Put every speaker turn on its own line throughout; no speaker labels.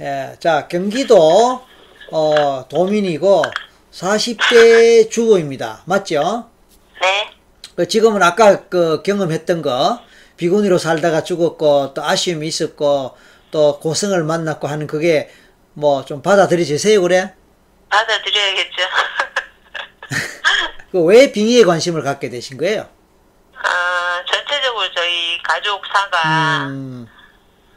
예, 자, 경기도, 어, 도민이고, 40대 주부입니다. 맞죠?
네.
그 지금은 아까 그 경험했던 거, 비구니로 살다가 죽었고, 또 아쉬움이 있었고, 또 고생을 만났고 하는 그게 뭐 좀 받아들이세요, 그래?
받아들여야겠죠.
그 왜 빙의에 관심을 갖게 되신 거예요?
아, 전체적으로 저희 가족사가
음,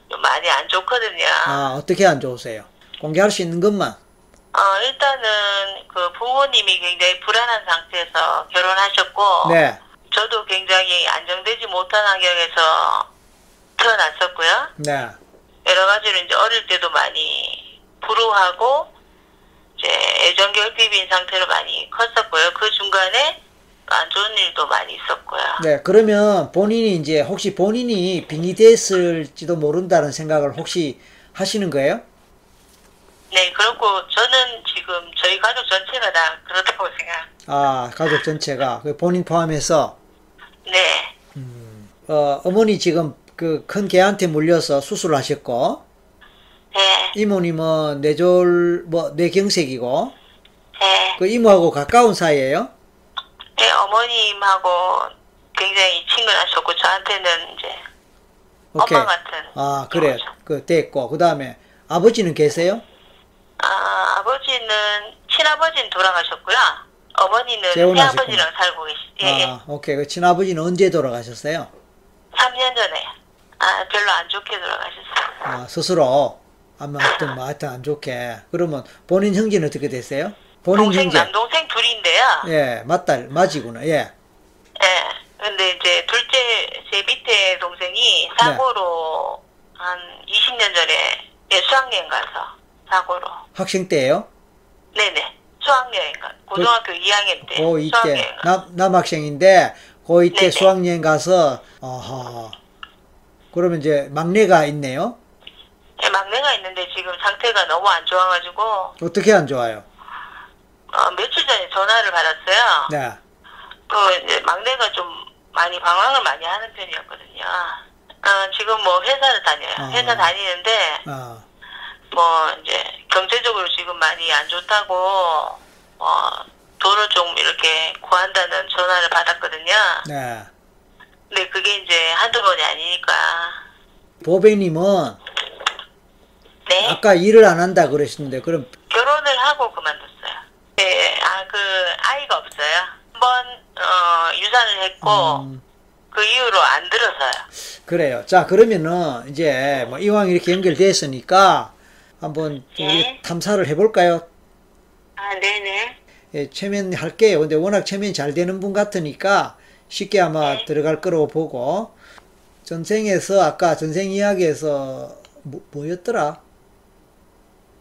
좀 많이 안 좋거든요.
아, 어떻게 안 좋으세요? 공개할 수 있는 것만.
어, 일단은 그 부모님이 굉장히 불안한 상태에서 결혼하셨고,
네,
저도 굉장히 안정되지 못한 환경에서 태어났었고요.
네,
여러 가지로 이제 어릴 때도 많이 불우하고 이제 애정 결핍인 상태로 많이 컸었고요. 그 중간에 안 좋은 일도 많이 있었고요.
네. 그러면 본인이 이제 혹시 본인이 빙의됐을지도 모른다는 생각을 혹시 하시는 거예요?
네, 그렇고 저는 지금 저희 가족 전체가 다 그렇다고 생각.
아, 가족 전체가. 그 본인 포함해서,
네,
어, 어머니 지금 그 큰 개한테 물려서 수술을 하셨고,
네,
이모님은 뇌졸, 뭐, 뇌경색이고,
네,
그 이모하고 가까운 사이예요
네, 어머님하고 굉장히 친근하셨고 저한테는 이제
오케이.
엄마 같은.
아, 그래. 그, 됐고. 그 다음에 아버지는 계세요?
아, 아버지는 친아버지는 돌아가셨고요. 어머니는
재혼하셨구나.
새아버지랑 살고 계시. 예, 예.
아, 오케이. 그 친아버지는 언제 돌아가셨어요?
3년 전에 아 별로 안 좋게 돌아가셨어요.
아, 스스로. 아마 하여튼, 뭐 하여튼 안 좋게. 그러면 본인 형제는 어떻게 되세요? 본인
동생
형제.
남동생 둘인데요. 예.
예, 맞달, 맞이구나. 예.
근데 이제 둘째 제 밑에 동생이
네.
사고로 한 20년 전에 예, 수학여행 가서 사고로.
학생 때예요
네네. 수학여행 가. 고등학교 2학년 때.
그 고2 때.
네, 수학여행 가.
남, 남학생인데, 고2 때
네네.
수학여행 가서, 어허. 그러면 이제 막내가 있네요?
예, 막내가 있는데 지금 상태가 너무 안 좋아가지고
어떻게 안 좋아요?
어, 며칠 전에 전화를 받았어요.
네.
그 이제 막내가 좀 많이 방황을 많이 하는 편이었거든요. 어, 지금 뭐 회사를 다녀요.
아.
회사 다니는데
어,
뭐 이제 경제적으로 지금 많이 안 좋다고 어, 돈을 좀 이렇게 구한다는 전화를 받았거든요.
네.
근데 그게 이제 한두 번이 아니니까.
보배님은
네.
아까 일을 안 한다 그러셨는데, 그럼,
결혼을 하고 그만뒀어요. 네. 아, 그 아이가 없어요. 한번 어, 유산을 했고
음,
그 이후로 안 들어서요.
그래요. 자, 그러면은, 이제, 뭐, 이왕 이렇게 연결됐으니까, 한번
네.
우리 탐사를 해볼까요?
아, 네네.
예, 체면 할게요. 근데 워낙 체면이 잘 되는 분 같으니까 쉽게 아마
네.
들어갈 거라고 보고 전생에서 아까 전생 이야기에서 뭐, 뭐였더라?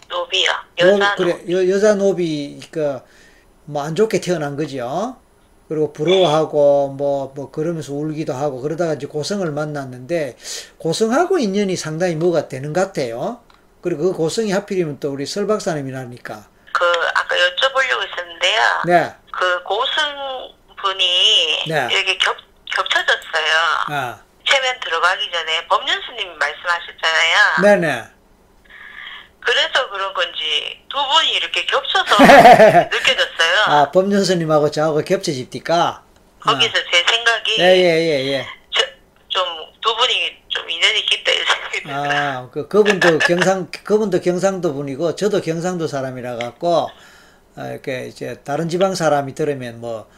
노비요. 여자
노- 뭐, 그래 여, 여자 노비 그뭐 안 좋게 태어난 거죠. 그리고 부러워하고 뭐 뭐 그러면서 울기도 하고 그러다가 이제 고성을 만났는데 고성하고 인연이 상당히 뭐가 되는 것 같아요. 그리고 그 고성이 하필이면 또 우리 설 박사님이라니까.
그 아까 여쭤보려고 했었는데요.
네.
그 고승 분이
네.
이렇게 겹, 겹쳐졌어요.
아.
체면 들어가기 전에 법륜스님이 말씀하셨잖아요.
네, 네.
그래서 그런 건지 두 분이 이렇게 겹쳐서 느껴졌어요.
아, 법륜스님하고 저하고 겹쳐집니까?
거기서 제 생각이
예, 예, 예,
좀 두 분이 좀 인연이 깊다 이 생각이
예.
들어요.
아, 그, 그분도 경상, 그분도 경상도 분이고, 저도 경상도 사람이라 갖고, 아, 이렇게 이제 다른 지방 사람이 들으면 뭐,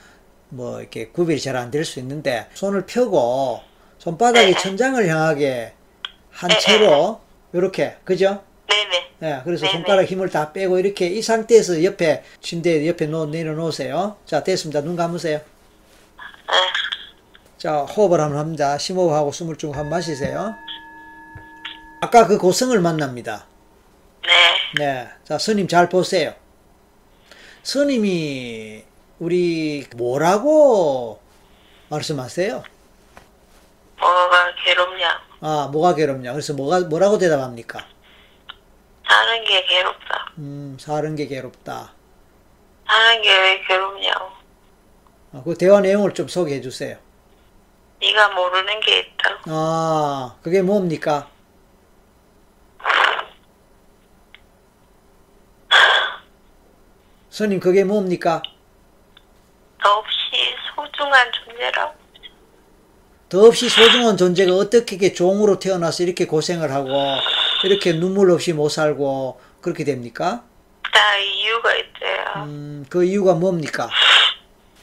뭐 이렇게 구별이 잘 안 될 수 있는데, 손을 펴고, 손바닥이
네.
천장을 향하게 한
네,
채로, 요렇게, 그죠?
네네.
예, 그래서
네,
손가락 힘을 다 빼고, 이렇게 이 상태에서 옆에, 침대 옆에 놓, 내려놓으세요. 자, 됐습니다. 눈 감으세요.
네.
자, 호흡을 한번 합니다. 심호흡하고 숨을 쭉 한번 마시세요. 아까 그 고성을 만납니다.
네.
네. 자, 스님 잘 보세요. 스님이 우리 뭐라고 말씀하세요?
뭐가 괴롭냐.
아, 뭐가 괴롭냐. 그래서 뭐가, 뭐라고 대답합니까?
사는 게 괴롭다.
음, 사는 게 괴롭다.
사는 게 왜 괴롭냐고.
아, 그 대화 내용을 좀 소개해 주세요.
네가 모르는 게 있다고.
아, 그게 뭡니까? 스님 그게 뭡니까?
더없이 소중한 존재라고.
더없이 소중한 존재가 어떻게 이렇게 종으로 태어나서 이렇게 고생을 하고 이렇게 눈물 없이 못 살고 그렇게 됩니까?
다 이유가 있대요.
음, 그 이유가 뭡니까?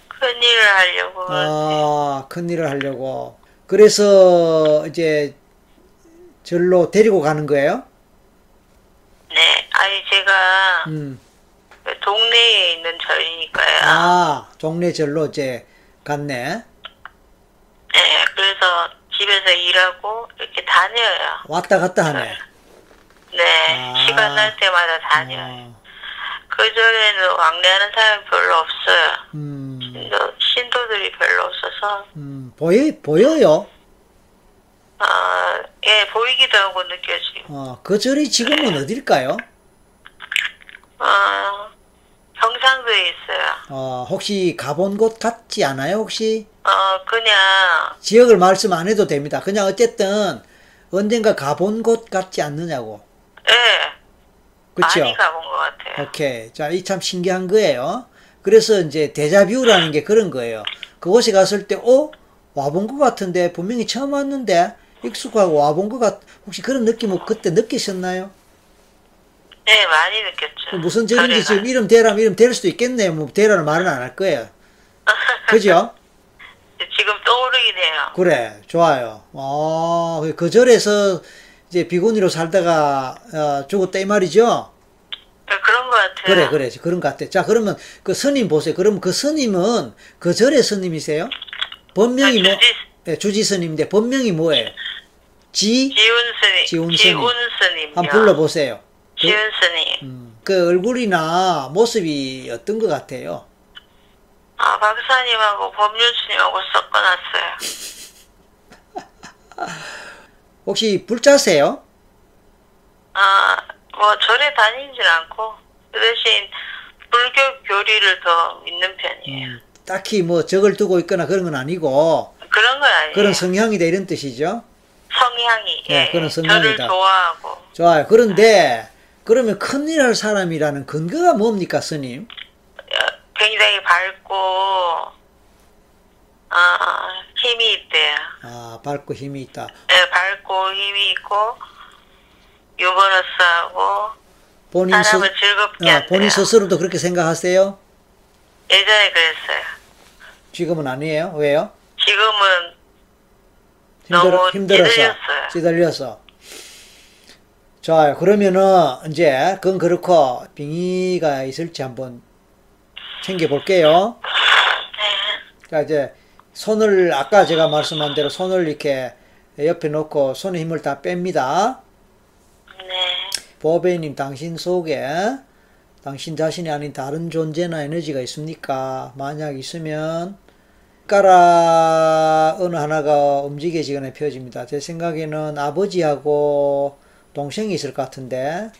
큰 일을 하려고.
아, 큰 일을 하려고. 그래서 이제 절로 데리고 가는 거예요?
네. 아니, 제가
음.
그 동네에 있는 절이니까요.
아, 종래 절로 이제 갔네.
네. 그래서 집에서 일하고 이렇게 다녀요.
왔다 갔다 하네.
네.
아.
시간 날 때마다 다녀요.
아,
그 절에는 왕래하는 사람이 별로 없어요.
음,
신도, 신도들이 별로 없어서,
음, 보여, 보여요.
아, 예, 보이기도 하고 느껴지고.
어, 그 절이 지금은 어딜까요?
아, 경상도에 있어요.
어, 혹시 가본 곳 같지 않아요? 혹시?
어, 그냥,
지역을 말씀 안 해도 됩니다. 그냥 어쨌든 언젠가 가본 곳 같지 않느냐고.
예,
그쵸? 어.
많이 가본 것 같아요.
오케이. 자, 이 참 신기한 거예요. 그래서 이제 데자뷰라는 게 그런 거예요. 그곳에 갔을 때, 어? 와본 것 같은데, 분명히 처음 왔는데, 익숙하고 와본 것 같, 혹시 그런 느낌을 뭐 그때 느끼셨나요? 뭐
네, 많이 느꼈죠.
무슨 절인지
저래가.
지금 이름 대라면 이름 될 수도 있겠네요. 뭐, 대라는 말은 안 할 거예요. 그죠?
지금 떠오르긴 해요.
그래, 좋아요. 어, 그 절에서 이제 비구니로 살다가 어, 죽었다 이 말이죠?
그런 것 같아요.
그래, 그래. 그런 것 같아. 자, 그러면 그 스님 보세요. 그럼 그 스님은 그 절의 스님이세요?
아,
본명이 뭐,
주지,
네, 주지 스님인데 본명이 뭐예요? 지?
지훈 스님.
지훈 스님.
스님.
한번 불러보세요. 그,
지훈 스님.
음, 그 얼굴이나 모습이 어떤 것 같아요?
아, 박사님하고 법률 스님하고 섞어놨어요.
혹시 불자세요?
아, 뭐 절에 다니진 않고 그 대신 불교 교리를 더 믿는 편이에요.
음, 딱히 뭐 적을 두고 있거나 그런 건 아니고
그런 건 아니에요.
음. 그런 성향이다 이런 뜻이죠.
성향이
네,
예,
그런
저를
성향이다.
좋아하고 어,
좋아요. 그런데 그러면 큰일 할 사람이라는 근거가 뭡니까, 스님?
어, 굉장히 밝고 아, 힘이 있대요.
아, 밝고 힘이 있다.
예, 밝고 힘이 있고 유머러스하고
본인 스,
사람을 즐겁게
아, 본인
한대요.
스스로도 그렇게 생각하세요?
예전에 그랬어요.
지금은 아니에요. 왜요?
지금은
힘들어,
너무
힘들어서
찌들렸어요.
찌들려서. 좋아요. 그러면은 이제 그건 그렇고 빙의가 있을지 한번 챙겨 볼게요.
네.
자 이제 손을 아까 제가 말씀한 대로 손을 이렇게 옆에 놓고 손에 힘을 다 뺍니다.
네,
보배님 당신 속에 당신 자신이 아닌 다른 존재나 에너지가 있습니까? 만약 있으면 가라 어느 하나가 움직여지거나 펴집니다. 제 생각에는 아버지하고 동생이 있을 것 같은데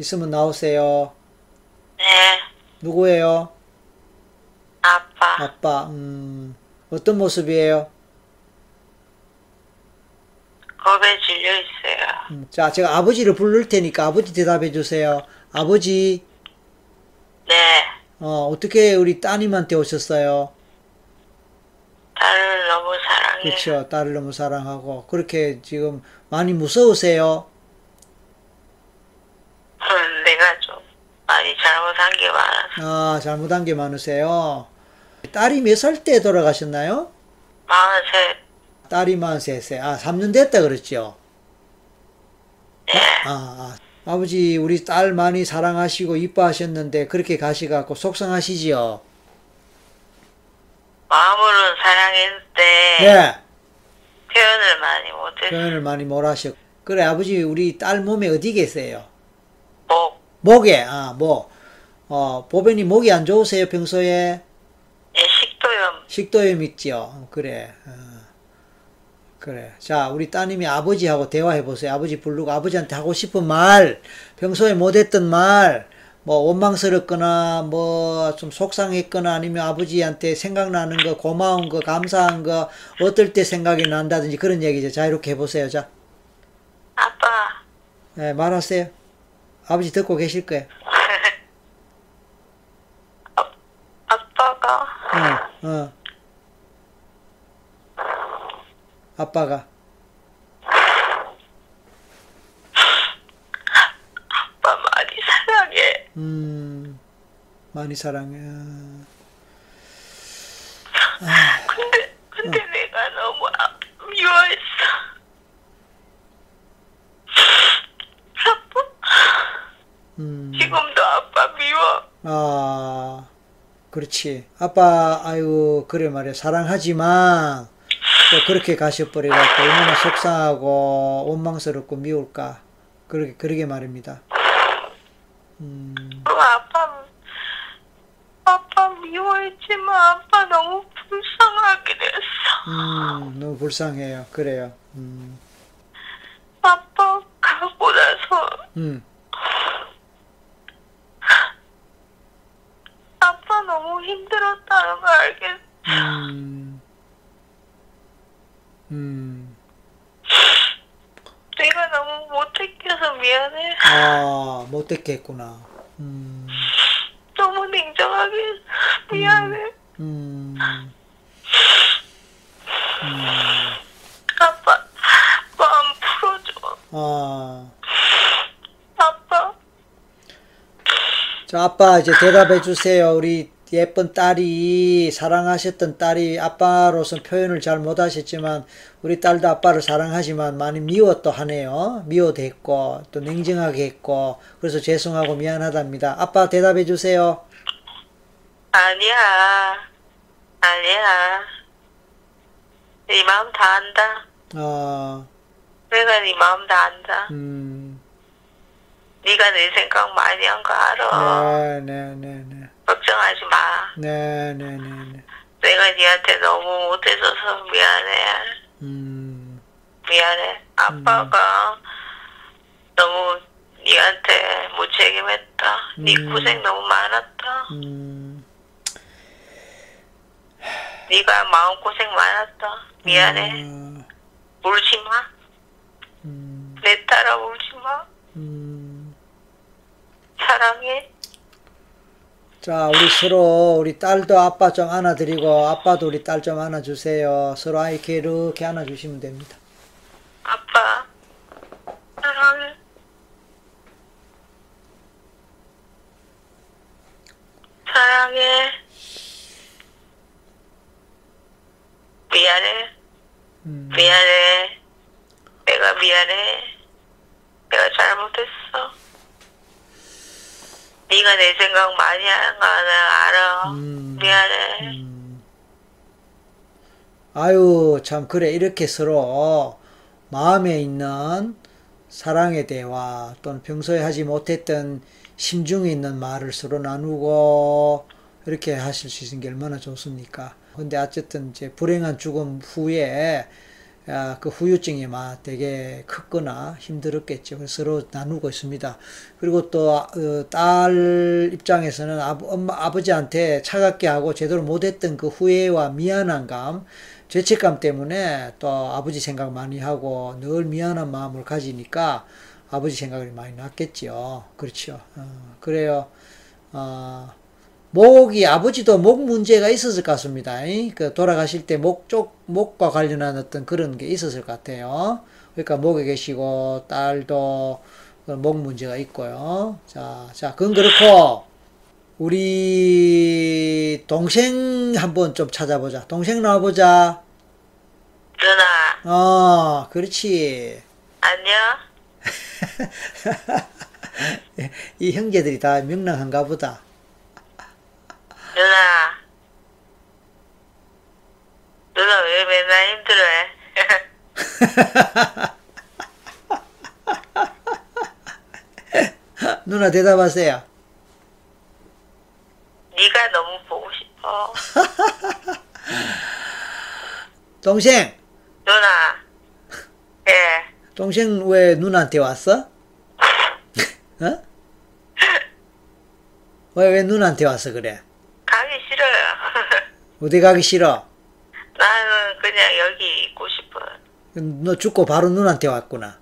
있으면 나오세요.
네,
누구예요?
아빠.
아빠. 음, 어떤 모습이에요?
겁에 질려 있어요.
음, 자, 제가 아버지를 부를 테니까 아버지 대답해 주세요. 아버지,
네,
어, 어떻게 우리 따님한테 오셨어요?
딸을 너무 사랑해요.
그렇죠. 딸을 너무 사랑하고 그렇게 지금 많이 무서우세요.
음, 내가 좀 많이 잘못한 게 많아서
아 잘못한 게 많으세요. 딸이 몇 살 때 돌아가셨나요?
마흔셋
딸이 43세. 아 3년 됐다 그랬죠.
예,
아, 아 아버지 우리 딸 많이 사랑하시고 이뻐하셨는데 그렇게 가시갖고 속상하시지요.
마음으로는 사랑했는데
네.
표현을 많이 못했어요.
표현을 많이 못 하셨. 그래 아버지 우리 딸 몸에 어디 계세요?
목,
목에 아 목. 어 보배님 목이 안 좋으세요 평소에?
예, 식도염
식도염 있지요. 그래. 어. 그래. 자, 우리 따님이 아버지하고 대화해 보세요. 아버지 부르고 아버지한테 하고 싶은 말, 평소에 못했던 말, 뭐 원망스럽거나 뭐 좀 속상했거나 아니면 아버지한테 생각나는 거, 고마운 거, 감사한 거, 어떨 때 생각이 난다든지 그런 얘기죠. 자유롭게 해보세요. 자,
아빠
예, 말하세요. 아버지 듣고 계실 거예요.
아,
어. 아빠가.
아빠 많이 사랑해.
음, 많이 사랑해. 어.
근데 근데 내가 너무 아- 미워했어. 아빠
음,
지금도 아빠 미워.
아, 그렇지. 아빠, 아이고, 그래 말이야. 사랑하지만, 또 그렇게 가셔버려갖고, 얼마나 속상하고, 원망스럽고, 미울까. 그러게, 그러게 말입니다. 음,
그 아빠 아빠 미워했지만 아빠 너무 불쌍하게 됐어.
음, 너무 불쌍해요. 그래요. 음,
아빠 가고 나서
음,
아빠 너무 힘들었다는 걸 알겠어.
음, 음.
내가 너무 못했겨서 미안해.
아, 못됐겠구나. 음,
너무 냉정하게 미안해.
음,
아빠 마음 풀어줘.
아.
아빠
저 아빠 이제 대답해 주세요. 우리 예쁜 딸이 사랑하셨던 딸이 아빠로서 표현을 잘 못하셨지만 우리 딸도 아빠를 사랑하지만 많이 미워도 하네요. 미워도 했고 또 냉정하게 했고 그래서 죄송하고 미안하답니다. 아빠 대답해 주세요.
아니야 아니야 네 마음 다 안다.
어,
내가 네 마음 다 안다.
음,
네가 내 생각 많이 한 거 알아.
네, 네, 네, 네,
걱정하지 마.
네, 네, 네, 네,
내가 네한테 너무 못해줘서 미안해.
음,
미안해. 아빠가 너무 네한테 무책임했다. 네
음.
고생 너무 많았다.
음,
네가 마음 고생 많았다. 미안해.
어,
울지 마.
음,
내 딸아 울지 마.
음.
사랑해.
자, 우리 서로 우리 딸도 아빠 좀 안아드리고 아빠도 우리 딸 좀 안아주세요. 서로 아이 이렇게 이렇게 안아주시면 됩니다.
아빠. 사랑해. 사랑해. 미안해.
음,
네. 미안해. 내가 미안해. 내가 잘못했어. 네가 내 생각 많이 하는 거 나 알아.
음.
미안해.
음. 아유, 참 그래 이렇게 서로 마음에 있는 사랑의 대화 또는 평소에 하지 못했던 심중에 있는 말을 서로 나누고 이렇게 하실 수 있는 게 얼마나 좋습니까? 근데 어쨌든 이제 불행한 죽음 후에 아, 그 후유증이 막 되게 크거나 힘들었겠죠. 그래서 서로 나누고 있습니다. 그리고 또 아, 어, 딸 입장에서는 아, 엄마, 아버지한테 차갑게 하고 제대로 못했던 그 후회와 미안한 감, 죄책감 때문에 또 아버지 생각 많이 하고 늘 미안한 마음을 가지니까 아버지 생각이 많이 났겠죠. 그렇죠. 어, 그래요. 어, 목이 아버지도 목 문제가 있었을 것 같습니다. 이? 그 돌아가실 때 목 쪽 목과 관련한 어떤 그런 게 있었을 것 같아요. 그러니까 목에 계시고 딸도 그목 문제가 있고요. 자, 자, 그건 그렇고 우리 동생 한번 좀 찾아보자. 동생 나와보자.
누나,
어, 그렇지.
안녕?
이 형제들이 다 명랑한가 보다.
누나. 누나 왜 맨날 힘들어해?
누나 대답하세요.
네가 너무 보고 싶어.
동생,
누나. 예.
동생 왜 누나한테 왔어? 어? 왜, 왜 누나한테 와서 그래?
가기 싫어요.
어디 가기 싫어?
나는 그냥 여기 있고 싶어.
너 죽고 바로 누나한테 왔구나.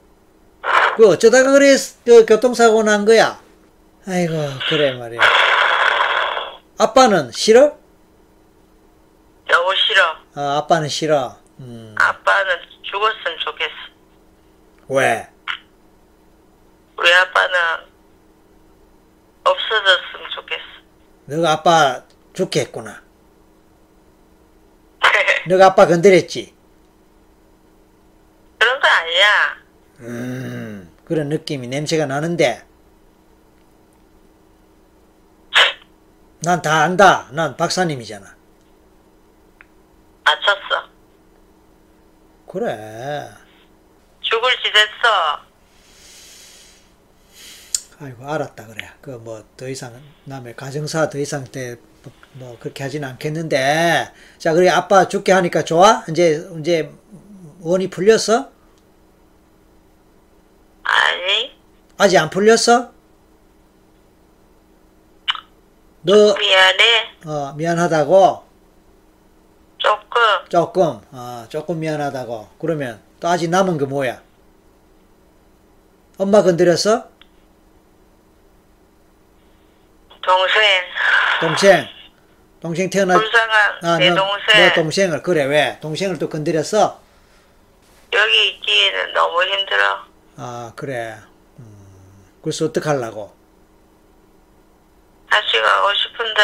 그 어쩌다가 그래 그 교통사고 난 거야? 아이고 그래 말이야. 아빠는 싫어?
너무 싫어.
아, 아빠는 싫어. 음.
아빠는 죽었으면 좋겠어.
왜?
우리 아빠는 없어졌으면 좋겠어.
너가 아빠 죽게 했구나. 너가 아빠 건드렸지.
그런 거 아니야.
음, 그런 느낌이 냄새가 나는데. 난 다 안다. 난 박사님이잖아.
맞췄어.
그래.
죽을 짓 했어.
아이고 알았다 그래. 그 뭐 더 이상 남의 가정사 더 이상 때 뭐 그렇게 하진 않겠는데. 자, 그래 아빠 죽게 하니까 좋아? 이제 이제 원이 풀렸어?
아니,
아직 안 풀렸어? 너
미안해.
어, 미안하다고
조금
조금 어, 조금 미안하다고 그러면 또 아직 남은 게 뭐야? 엄마 건드렸어?
동생
동생 동생 태어나 아,
불쌍한 내
너-
동생
내 동생을 그래 왜 동생을 또 건드렸어?
여기 있기에는 너무 힘들어.
아 그래 음, 그래서 어떡하려고
같이 가고 싶은데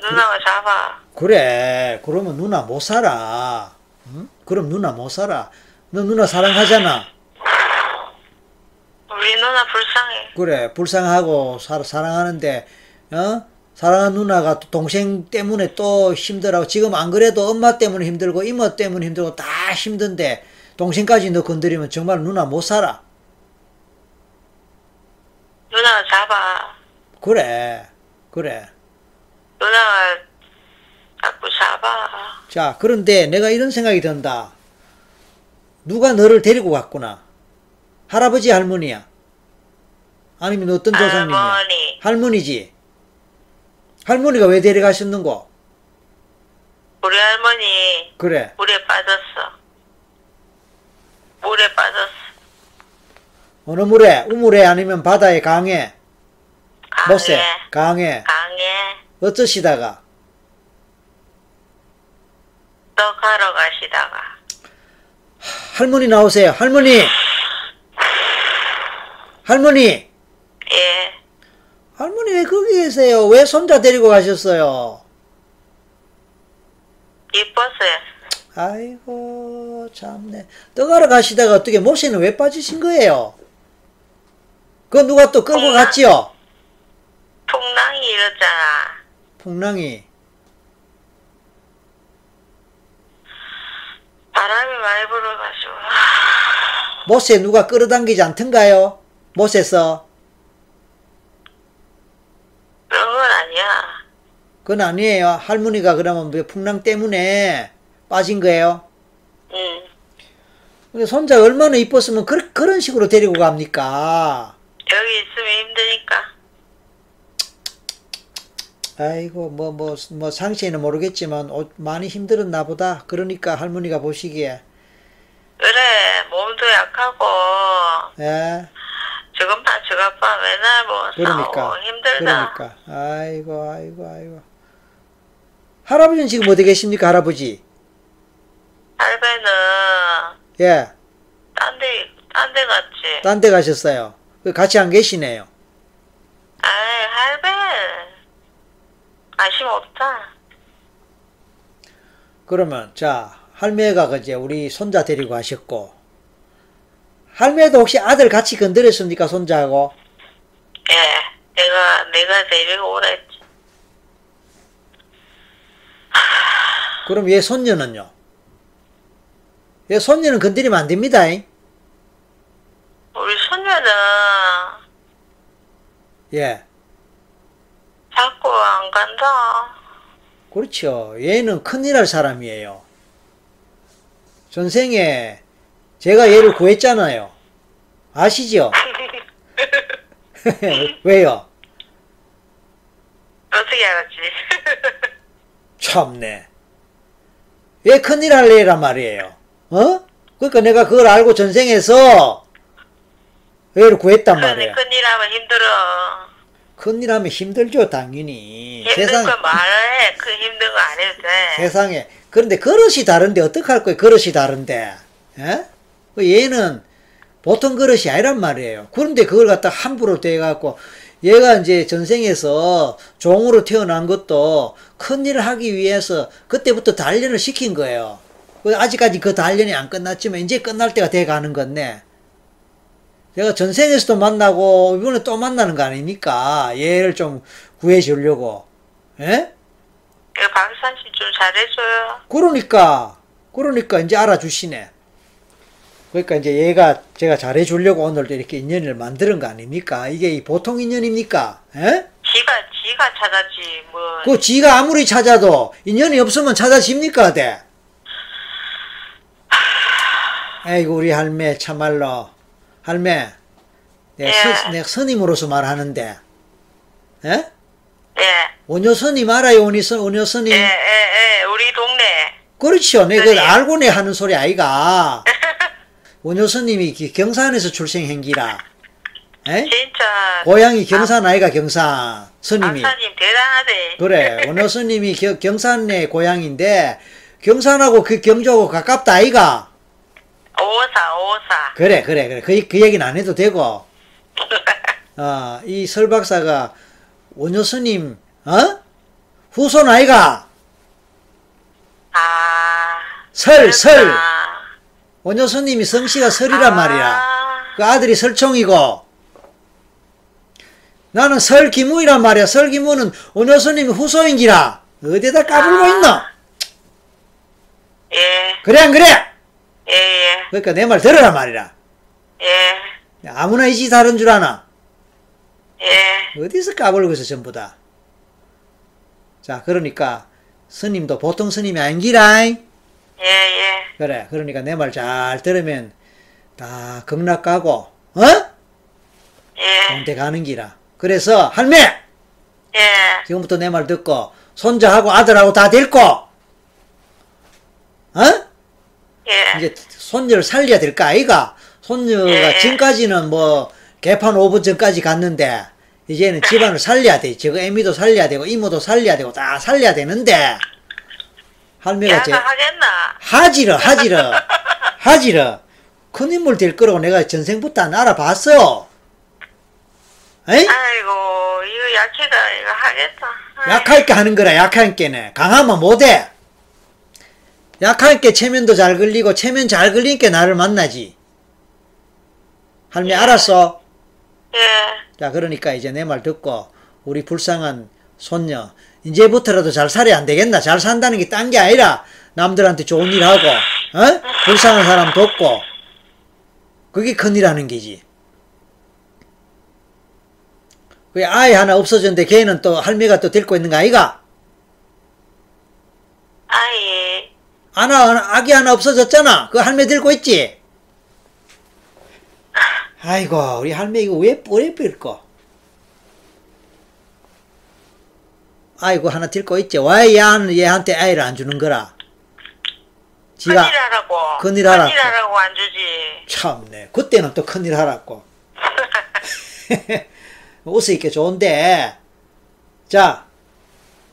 누나가 잡아.
그래 그러면 누나 못 살아 응? 그럼 누나 못 살아 너 누나 사랑하잖아
우리 누나 불쌍해.
그래 불쌍하고 사, 사랑하는데 어? 사랑하는 누나가 또 동생 때문에 또 힘들어 지금 안 그래도 엄마 때문에 힘들고 이모 때문에 힘들고 다 힘든데 동생까지 너 건드리면 정말 누나 못 살아
누나가 잡아.
그래 그래
누나가 자꾸 잡아.
자 그런데 내가 이런 생각이 든다 누가 너를 데리고 갔구나 할아버지 할머니야 아니면 어떤 조상님이야
할머니
할머니지 할머니가 왜 데려가셨는고
우리 할머니
그래
물에 빠졌어. 물에 빠졌어.
어느 물에? 우물에 아니면 바다에 강에?
아,
못새? 강에?
강해. 강해.
어쩌시다가?
떡하러 가시다가
할머니 나오세요. 할머니! 할머니!
예
할머니 왜 거기 계세요? 왜 손자 데리고 가셨어요?
이뻤어요.
아이고 참네. 떠가러 가시다가 어떻게 모세는 왜 빠지신 거예요? 그거 누가 또 끌고
엄마.
갔지요?
통랑이 이랬잖아.
풍랑이.
바람이 많이 불어가지고
모세 누가 끌어당기지 않던가요? 모세서?
그런 건 아니야.
그건 아니에요. 할머니가 그러면 뭐 풍랑 때문에 빠진 거예요.
응
근데 손자 얼마나 이뻤으면 그, 그런 식으로 데리고 갑니까?
여기 있으면 힘드니까
아이고 뭐 뭐 뭐 상세히는 모르겠지만 어, 많이 힘들었나 보다. 그러니까 할머니가 보시기에
그래 몸도 약하고
예
지금 봐 지금 아빠 맨날 뭐
그러니까
싸우고 힘들다.
그러니까 아이고 아이고 아이고 할아버지는 지금 어디 계십니까 할아버지?
할배는
예,
딴데딴 데 갔지.
딴 데 가셨어요. 그 같이 안 계시네요.
아이 할배 아심 없다.
그러면 자 할매가 이제 우리 손자 데리고 가셨고 할매도 혹시 아들 같이 건드렸습니까 손자하고?
예 내가 내가 데리고 오라 했지.
그럼 얘 손녀는요? 얘 손녀는 건드리면 안 됩니다. 잉?
우리 손녀는
예.
자꾸 안 간다.
그렇죠. 얘는 큰일 할 사람이에요. 전생에 제가 얘를 구했잖아요. 아시죠? 왜요?
어떻게 알았지?
아, 그러니까. 참네. 얘 큰일 할 애란 말이에요. 어? 그러니까 내가 그걸 알고 전생에서 얘를 구했단
근데
말이에요.
큰일 하면 힘들어.
큰일
예,
하면 힘들죠, 당연히.
그러니까 힘든 거 말해. 그 힘든 거 안 해도 돼.
세상에 그런데 그릇이 다른데 어떡할 거예요? 그릇이 다른데. 예? 그 얘는 보통 그릇이 아니란 말이에요. 그런데 그걸 갖다 함부로 대갖고 얘가 이제 전생에서 종으로 태어난 것도 큰 일을 하기 위해서 그때부터 단련을 시킨 거예요. 그 아직까지 그 단련이 안 끝났지만 이제 끝날 때가 돼 가는 건데 내가 전생에서도 만나고 이번에 또 만나는 거 아닙니까? 얘를 좀 구해 주려고. 예?
예, 박유산 씨 좀 잘해줘요.
그러니까 그러니까 이제 알아주시네. 그러니까 이제 얘가 제가 잘해주려고 오늘도 이렇게 인연을 만드는 거 아닙니까? 이게 이 보통 인연입니까? 예?
지가 지가 찾았지 뭐.
그 지가 아무리 찾아도 인연이 없으면 찾아집니까, 대? 아이고 우리 할매 참말로 할매 내가, 스-
예.
내가 스님으로서 말하는데 예?
예.
원효 스님 알아요, 원효 스- 원효 스님?
예, 예, 예. 우리 동네.
그렇죠. 내가 그걸
네.
알고 내 하는 소리 아이가. 원효 스님이 기- 경산에서 출생행기라.
예.
에?
진짜
고향이 경산 아이가 경산 스님이.
박사님 대단하대.
그래. 원효 스님이 겨- 경산의 고향인데 경산하고 그 경주하고 가깝다 아이가.
오사 오사.
그래, 그래, 그래. 그, 그 얘기는 안 해도 되고. 아, 이 설 박사가 원효 스님, 어? 후손 아이가
아.
설, 설.
그렇구나.
원효 스님이 성씨가 설이란 말이야.
아,
그 아들이 설총이고 나는 설기무이란 말이야. 설기무는 원효 스님의 후손인기라. 어디에다 까불고
아.
있나?
예,
그래 안 그래?
예, 예,
그러니까 내 말 들으라 말이라.
예,
아무나 이지 다른 줄 아나.
예.
어디서 까불고 있어 전부 다. 자 그러니까 스님도 보통 스님이 아닌기라잉.
예, 예.
그래 그러니까 내 말 잘 들으면 다 극락 가고 어?
예,
본대 가는 기라. 그래서 할매!
예,
지금부터 내 말 듣고 손자하고 아들하고 다 데리고 어?
예,
이제 손녀를 살려야 될 거 아이가 손녀가
예.
지금까지는 뭐 개판 5분 전까지 갔는데 이제는 집안을 살려야 돼 지금 애미도 살려야 되고 이모도 살려야 되고 다 살려야 되는데 할매가 제
야가 하겠나?
하지러 하지러 하지러 큰 인물 될 거라고 내가 전생부터 안 알아봤어 에이?
아이고, 이거 약해다, 이거 하겠다. 아이고,
약할게 하는 거라 약할게네 강하면 못해 약할게 체면도 잘 걸리고 체면 잘 걸리니까 나를 만나지 할미 알았어
예,
자 그러니까 이제 내 말 듣고 우리 불쌍한 손녀 이제부터라도 잘 살아야 안 되겠나 잘 산다는 게 딴 게 아니라 남들한테 좋은 일 하고 어? 불쌍한 사람 돕고 그게 큰일하는 게지 그게 아이 하나 없어졌는데 걔는 또 할미가 또 데리고 있는 거 아이가
아이,
하나, 하나, 아기 하나 없어졌잖아. 그 할매 들고 있지? 아이고, 우리 할매 이거 왜 뿌리 빌고? 아이고, 하나 들고 있지? 왜 얘는 얘한테 아이를 안 주는 거라? 지가,
큰일 하라고.
큰일 하라고.
큰일 하라고 안 주지.
참네. 그때는 또 큰일 하라고. 웃으니까 좋은데. 자,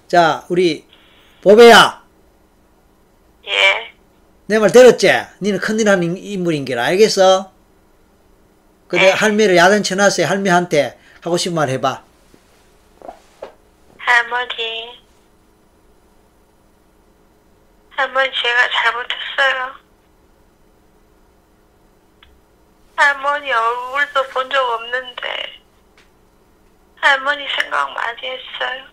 자, 우리, 보배야.
예,
내 말 들었지? 니는 큰일하는 인물인 길 알겠어? 근데
네.
할매를 야단 쳐놨어요. 할매한테 하고 싶은 말 해봐.
할머니. 할머니, 제가 잘못했어요. 할머니 얼굴도 본 적 없는데, 할머니 생각 많이 했어요.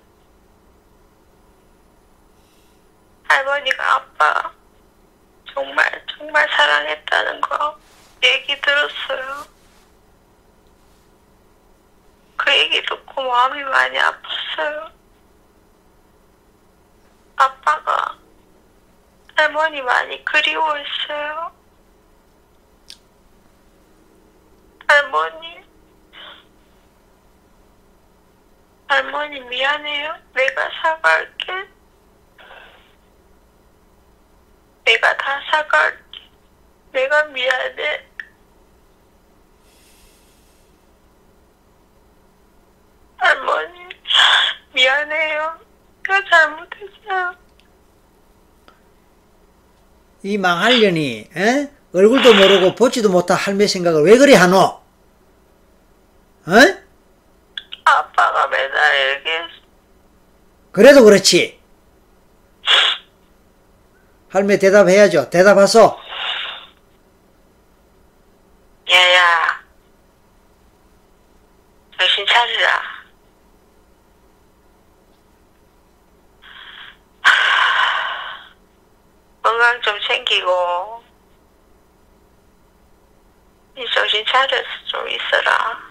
할머니가 아빠 정말, 정말 사랑했다는 거 얘기 들었어요. 그 얘기 듣고 마음이 많이 아팠어요. 아빠가 할머니 많이 그리워했어요. 할머니, 할머니 미안해요. 내가 사과할게. 내가 다 사과할게. 내가 미안해. 할머니, 미안해요. 내가 잘못했어요.
이 망할년이 에? 얼굴도 모르고 보지도 못한 할매 생각을 왜 그리 하노? 어?
아빠가 맨날 얘기했어.
그래도 그렇지. 할매 대답해야죠. 대답하소.
얘야, 정신 차리라. 하, 건강 좀 챙기고, 이 정신 차려서 좀 있어라.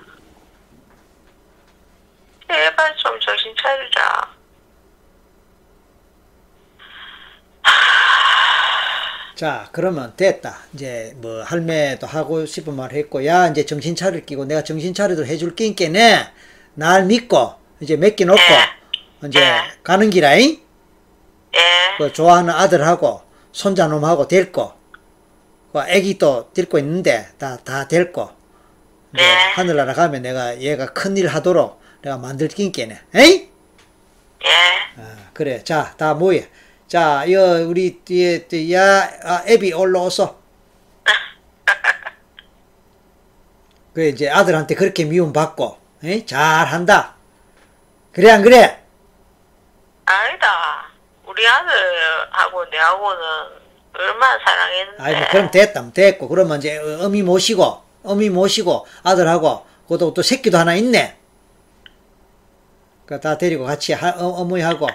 제발 좀 정신 차리라.
자, 그러면 됐다. 이제 뭐 할매도 하고 싶은 말 했고, 야 이제 정신 차릴 끼고 내가 정신 차리도 해줄 끼니까네. 날 믿고 이제 몇 끼 놓고 이제 가는 길아잉.
예,
그 좋아하는 아들하고 손자놈하고 데리고 그 애기 또 데리고 있는데 다 다 데리고 이제
네.
하늘나라 가면 내가 얘가 큰일 하도록 내가 만들 끼니까네. 에이?
예,
아, 그래. 자, 다 모여. 자, 여 우리 뒤에 뒤- 야 아, 애비 올라오소. 그래 이제 아들한테 그렇게 미움 받고, 에이? 잘한다. 그래 안 그래?
아니다. 우리 아들하고 내하고는 얼마나 사랑했는데.
아이 뭐 그럼 됐다 됐고 그러면 이제 어미 모시고 어미 모시고 아들하고 그것도 또 새끼도 하나 있네 그다 데리고 같이 하, 어, 어머니하고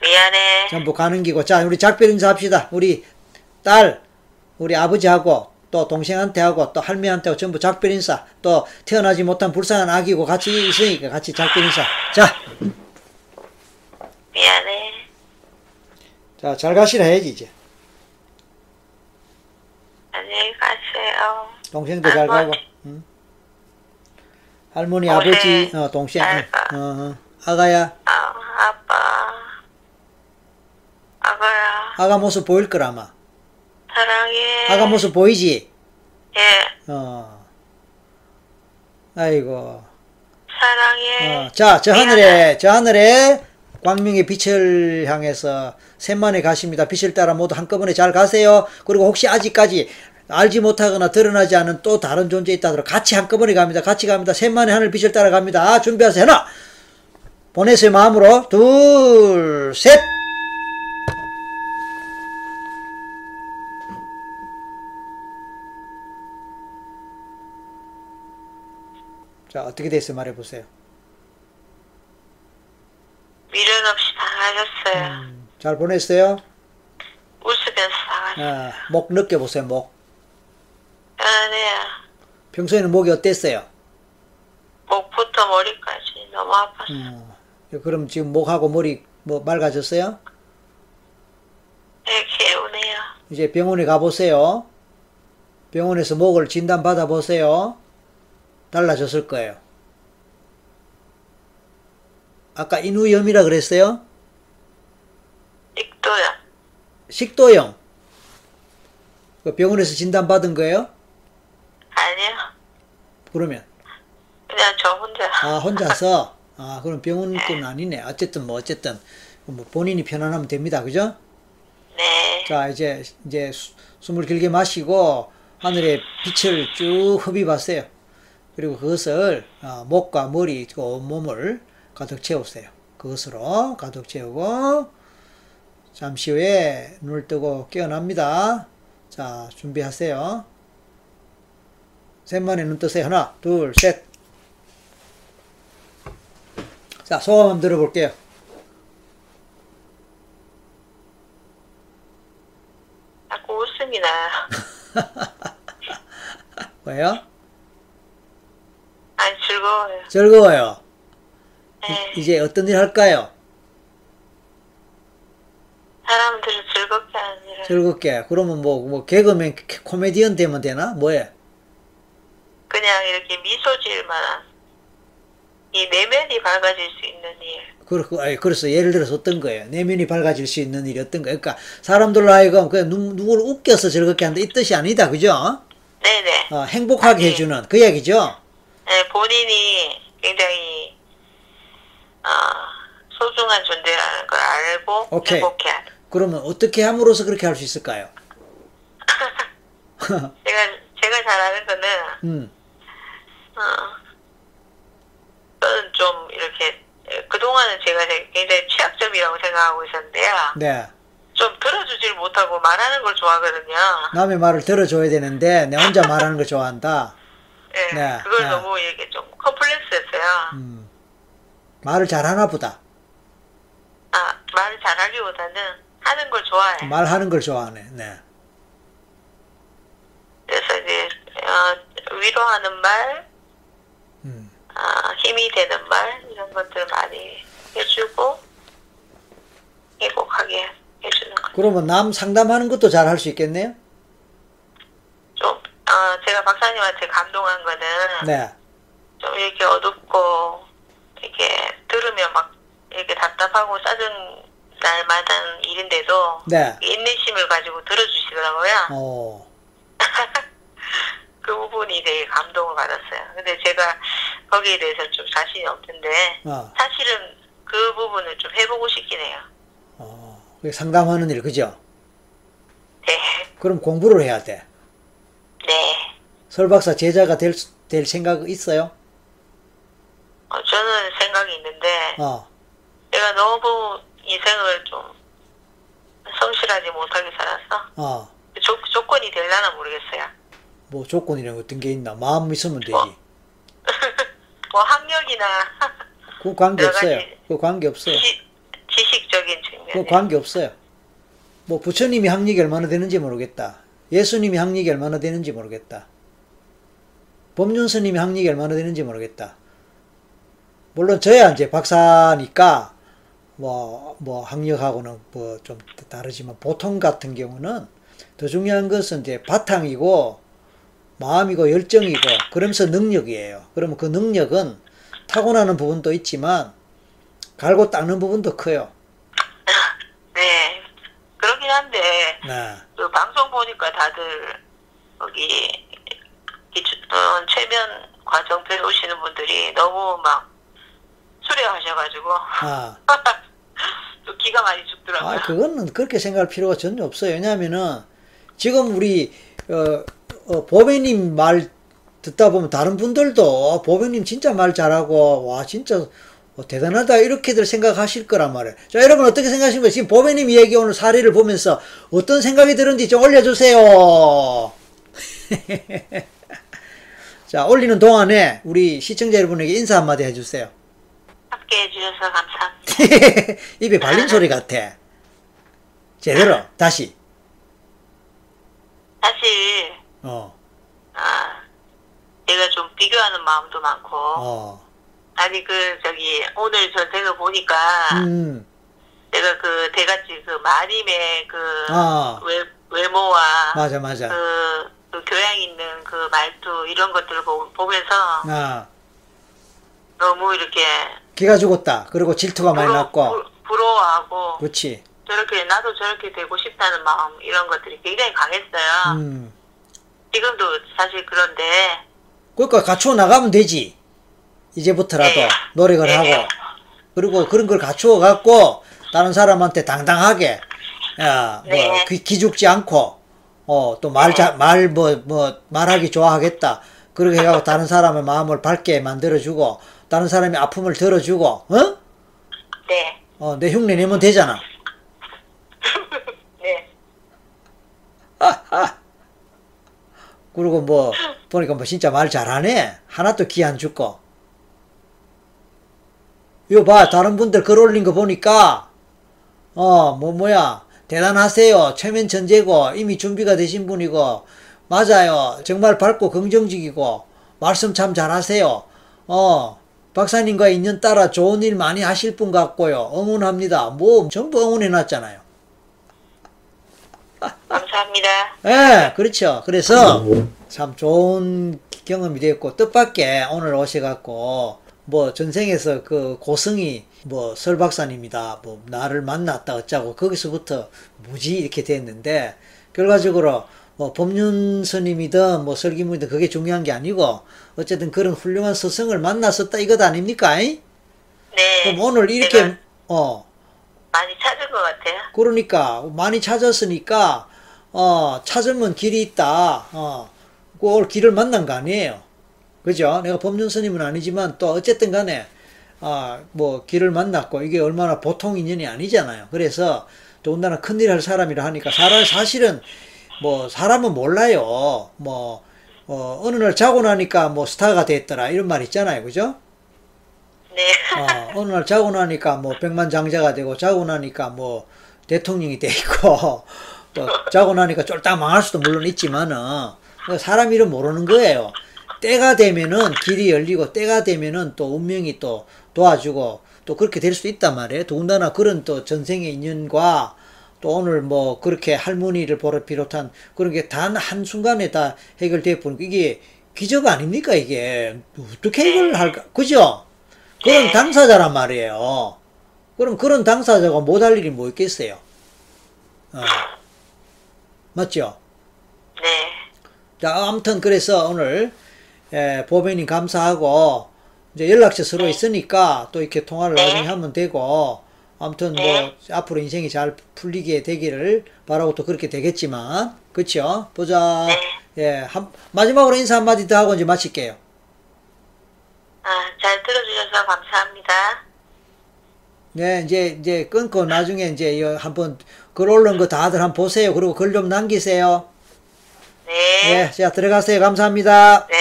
미안해.
전부 가는 기고 자 우리 작별 인사합시다 우리 딸 우리 아버지하고 또 동생한테 하고 또 할매한테 하고 전부 작별 인사 또 태어나지 못한 불쌍한 아기고 같이 있으니까 같이 작별 인사
미안해.
자자잘 가시라 해야지 이제
안녕히 가세요.
동생도 잘 가고 응? 할머니 아버지 어, 동생 응. 어, 어. 아가야
아, 아빠. 아가야.
아가 모습 보일 거라 아마.
사랑해.
아가 뭐- 모습 보이지?
예.
어. 아이고.
사랑해.
어. 자, 저 하늘에, 저 하늘에 광명의 빛을 향해서 샘만에 가십니다. 빛을 따라 모두 한꺼번에 잘 가세요. 그리고 혹시 아직까지 알지 못하거나 드러나지 않은 또 다른 존재 있다더라 같이 한꺼번에 갑니다. 같이 갑니다. 샘만의 하늘 빛을 따라 갑니다. 아, 준비하세요. 하나. 보내세요. 마음으로. 둘, 셋. 자, 어떻게 됐어요? 말해보세요.
미련 없이 당하셨어요.
잘 보냈어요?
웃으면서 당하셨어요.
음. 아, 목 느껴보세요, 목.
미안해요.
평소에는 목이 어땠어요?
목부터 머리까지 너무 아팠어요.
음, 그럼 지금 목하고 머리 뭐 맑아졌어요?
되게 네, 개운해요.
이제 병원에 가보세요. 병원에서 목을 진단받아보세요. 달라졌을 거예요. 아까 인후염이라 그랬어요?
익도요.
식도염. 그 병원에서 진단받은 거예요?
아니요.
그러면.
그냥 저 혼자.
아 혼자서 아 그럼 병원은 아니네 어쨌든 뭐 어쨌든 뭐 본인이 편안하면 됩니다 그죠
네.
자 이제 이제 수- 숨을 길게 마시고 하늘의 빛을 쭉 흡입하세요 그리고 그것을 아, 목과 머리 그 몸을 가득 채우세요 그것으로 가득 채우고 잠시 후에 눈을 뜨고 깨어납니다 자 준비하세요 셋만에 눈 뜨세요 하나 둘셋 자, 소감 한번 들어볼게요.
자꾸 웃음이 나요.
왜요?
아니, 즐거워요.
즐거워요.
네.
이, 제 어떤 일 할까요?
사람들을 즐겁게 하는 일을.
즐겁게. 그러면 뭐, 뭐, 개그맨, 개- 코미디언 되면 되나? 뭐해?
그냥 이렇게 미소 지을 만한 이 내면이 밝아질 수 있는 일.
그렇, 아니, 그래서 예를 들어서 어떤 거예요? 내면이 밝아질 수 있는 일이 어떤 거예요? 그러니까, 사람들로 하여금 그냥 누, 누구를 웃겨서 즐겁게 한다. 이 뜻이 아니다. 그죠?
네네.
어, 행복하게 해주는 그 얘기죠?
네, 본인이 굉장히 어, 소중한 존재라는 걸 알고
오케이.
행복해하는.
그러면 어떻게 함으로써 그렇게 할 수 있을까요?
제가 제가 잘하는 거는
음,
저는 좀 이렇게 그동안은 제가 굉장히 취약점이라고 생각하고 있었는데요.
네.
좀 들어주질 못하고 말하는 걸 좋아하거든요.
남의 말을 들어줘야 되는데 내 혼자 말하는 걸 좋아한다.
예,
네,
그걸
네.
너무 이게 좀 컴플렉스였어요.
음, 말을 잘하나 보다.
아, 말을 잘하기보다는 하는 걸 좋아해. 요
말하는 걸 좋아하네. 네.
그래서 이제 어, 위로하는 말,
음,
아, 힘이 되는 말 이런 것들 많이 해주고 행복하게 해주는 거.
그러면 남 상담하는 것도 잘 할 수 있겠네요?
좀 어, 제가 박사님한테 감동한 거는
네.
좀 이렇게 어둡고 이렇게 들으면 막 이렇게 답답하고 짜증 날 만한 일인데도
네.
인내심을 가지고 들어주시더라고요.
어,
그 부분이 되게 감동을 받았어요. 근데 제가 거기에 대해서 좀 자신이 없는데
어,
사실은 그 부분을 좀 해보고 싶긴 해요.
어. 그게 상담하는 일, 그죠?
네,
그럼 공부를 해야 돼.
네.
설 박사 제자가 될, 수- 될 생각 있어요?
어, 저는 생각이 있는데
어,
내가 너무 인생을 좀 성실하지 못하게 살아서
어.
조, 조건이 될라나 모르겠어요.
뭐 조건이랑 어떤 게 있나? 마음 있으면 되지.
뭐 학력이나
그 관계
여러
없어요.
가지.
그 관계 없어요.
지식, 지식적인 측면.
그 관계 없어요. 뭐 부처님이 학력이 얼마나 되는지 모르겠다. 예수님이 학력이 얼마나 되는지 모르겠다. 법륜스님이 학력이 얼마나 되는지 모르겠다. 물론 저야 이제 박사니까 뭐, 뭐 학력하고는 뭐 좀 다르지만 보통 같은 경우는 더 중요한 것은 이제 바탕이고 마음이고 열정이고 그러면서 능력이에요. 그러면 그 능력은 타고나는 부분도 있지만 갈고 닦는 부분도 커요.
네. 그러긴 한데,
네.
그 방송 보니까 다들, 거기, 기초, 어, 최면 과정 배우시는 분들이 너무 막, 수려하셔가지고,
아,
또 기가 많이 죽더라고요.
아, 그거는 그렇게 생각할 필요가 전혀 없어요. 왜냐하면은 지금 우리 어, 어, 보배님 말 듣다 보면 다른 분들도 보배님 진짜 말 잘하고 와 진짜 어, 대단하다 이렇게들 생각하실 거란 말이에요. 자 여러분 어떻게 생각하십니까? 지금 보배님 얘기 오늘 사례를 보면서 어떤 생각이 드는지 좀 올려주세요. 자 올리는 동안에 우리 시청자 여러분에게 인사 한마디 해주세요.
함께 해주셔서 감사합니다.
입에 발린 소리 같아. 제대로 다시.
사실,
어,
아, 제가 좀 비교하는 마음도 많고,
어,
아니, 그, 저기, 오늘 전생을 보니까,
음,
내가 그, 대같이 그, 마님의 그,
아,
외, 외모와,
맞아, 맞아.
그, 그 교양 있는 그 말투 이런 것들을 보, 보면서
아,
너무 이렇게
기가 죽었다. 그리고 질투가 많이 났고,
부- 부러워하고
그렇지.
저렇게 나도 저렇게 되고 싶다는 마음 이런 것들이 굉장히 강했어요.
음,
지금도 사실 그런데
그러니까 갖추어 나가면 되지. 이제부터라도
네.
노력을
네.
하고, 그리고 그런 걸 갖추어 갖고 다른 사람한테 당당하게, 야, 뭐
네.
기, 기죽지 않고, 어, 또 말 잘, 말 뭐, 뭐 말하기 좋아하겠다. 그렇게 해가고 다른 사람의 마음을 밝게 만들어주고, 다른 사람의 아픔을 들어주고, 어?
네,
어, 내 흉내 내면 되잖아.
네,
그리고 뭐 보니까 뭐 진짜 말 잘하네. 하나도 기 안 죽고. 이거 봐 다른 분들 글 올린 거 보니까 어 뭐 뭐야 대단하세요 최면 전제고 이미 준비가 되신 분이고 맞아요 정말 밝고 긍정적이고 말씀 참 잘하세요 어 박사님과 인연 따라 좋은 일 많이 하실 분 같고요 응원합니다 뭐 전부 응원해 놨잖아요
감사합니다.
예, 그렇죠. 그래서 참 좋은 경험이 됐고 뜻밖의 오늘 오셔갖고 뭐 전생에서 그 고승이 뭐 설 박사님이다 뭐 나를 만났다 어쩌고 거기서부터 무지 이렇게 됐는데 결과적으로 뭐 법륜 스님이든 뭐 설기문이든 그게 중요한 게 아니고 어쨌든 그런 훌륭한 스승을 만났었다 뭐 이것 아닙니까? 잉?
네,
그럼 오늘 이렇게
내가
어
많이 찾은 것 같아요.
그러니까 많이 찾았으니까 어 찾으면 길이 있다. 어그 길을 만난 거 아니에요. 그죠? 내가 법륜 스님은 아니지만 또 어쨌든 간에 아뭐 길을 만났고 이게 얼마나 보통 인연이 아니잖아요. 그래서 더군다나 큰일 할 사람이라 하니까 사람 사실은 뭐 사람은 몰라요. 뭐 어, 어느 날 자고 나니까 뭐 스타가 됐더라 이런 말 있잖아요. 그죠?
네.
어, 어느 날 자고 나니까 뭐 백만장자가 되고 자고 나니까 뭐 대통령이 돼 있고 또 자고 나니까 쫄딱 망할 수도 물론 있지만은 그 사람 일은 모르는 거예요. 때가 되면은 길이 열리고 때가 되면은 또 운명이 또 도와주고 또 그렇게 될 수도 있단 말이에요. 더군다나 그런 또 전생의 인연과 또 오늘 뭐 그렇게 할머니를 보러 비롯한 그런 게 단 한순간에 다 해결돼 버리니까 이게 기적 아닙니까 이게 어떻게 해결할까 그죠? 그런 당사자란 말이에요. 그럼 그런 당사자가 못할 일이 뭐 있겠어요? 어. 맞죠?
네.
자, 아무튼 그래서 오늘 예, 보배님 감사하고 이제 연락처 서로 있으니까 또 이렇게 통화를
네.
나중에 하면 되고 아무튼 뭐
네.
앞으로 인생이 잘 풀리게 되기를 바라고 또 그렇게 되겠지만 그렇죠? 보자. 예, 한, 마지막으로 인사 한마디 더 하고 이제 마칠게요.
아, 잘 들어주셔서 감사합니다.
네, 이제 이제 끊고 나중에 이제 이거 한번 글 올른 거 다들 한번 보세요. 그리고 글 좀 남기세요.
네.
예, 자 들어가세요. 감사합니다.
네.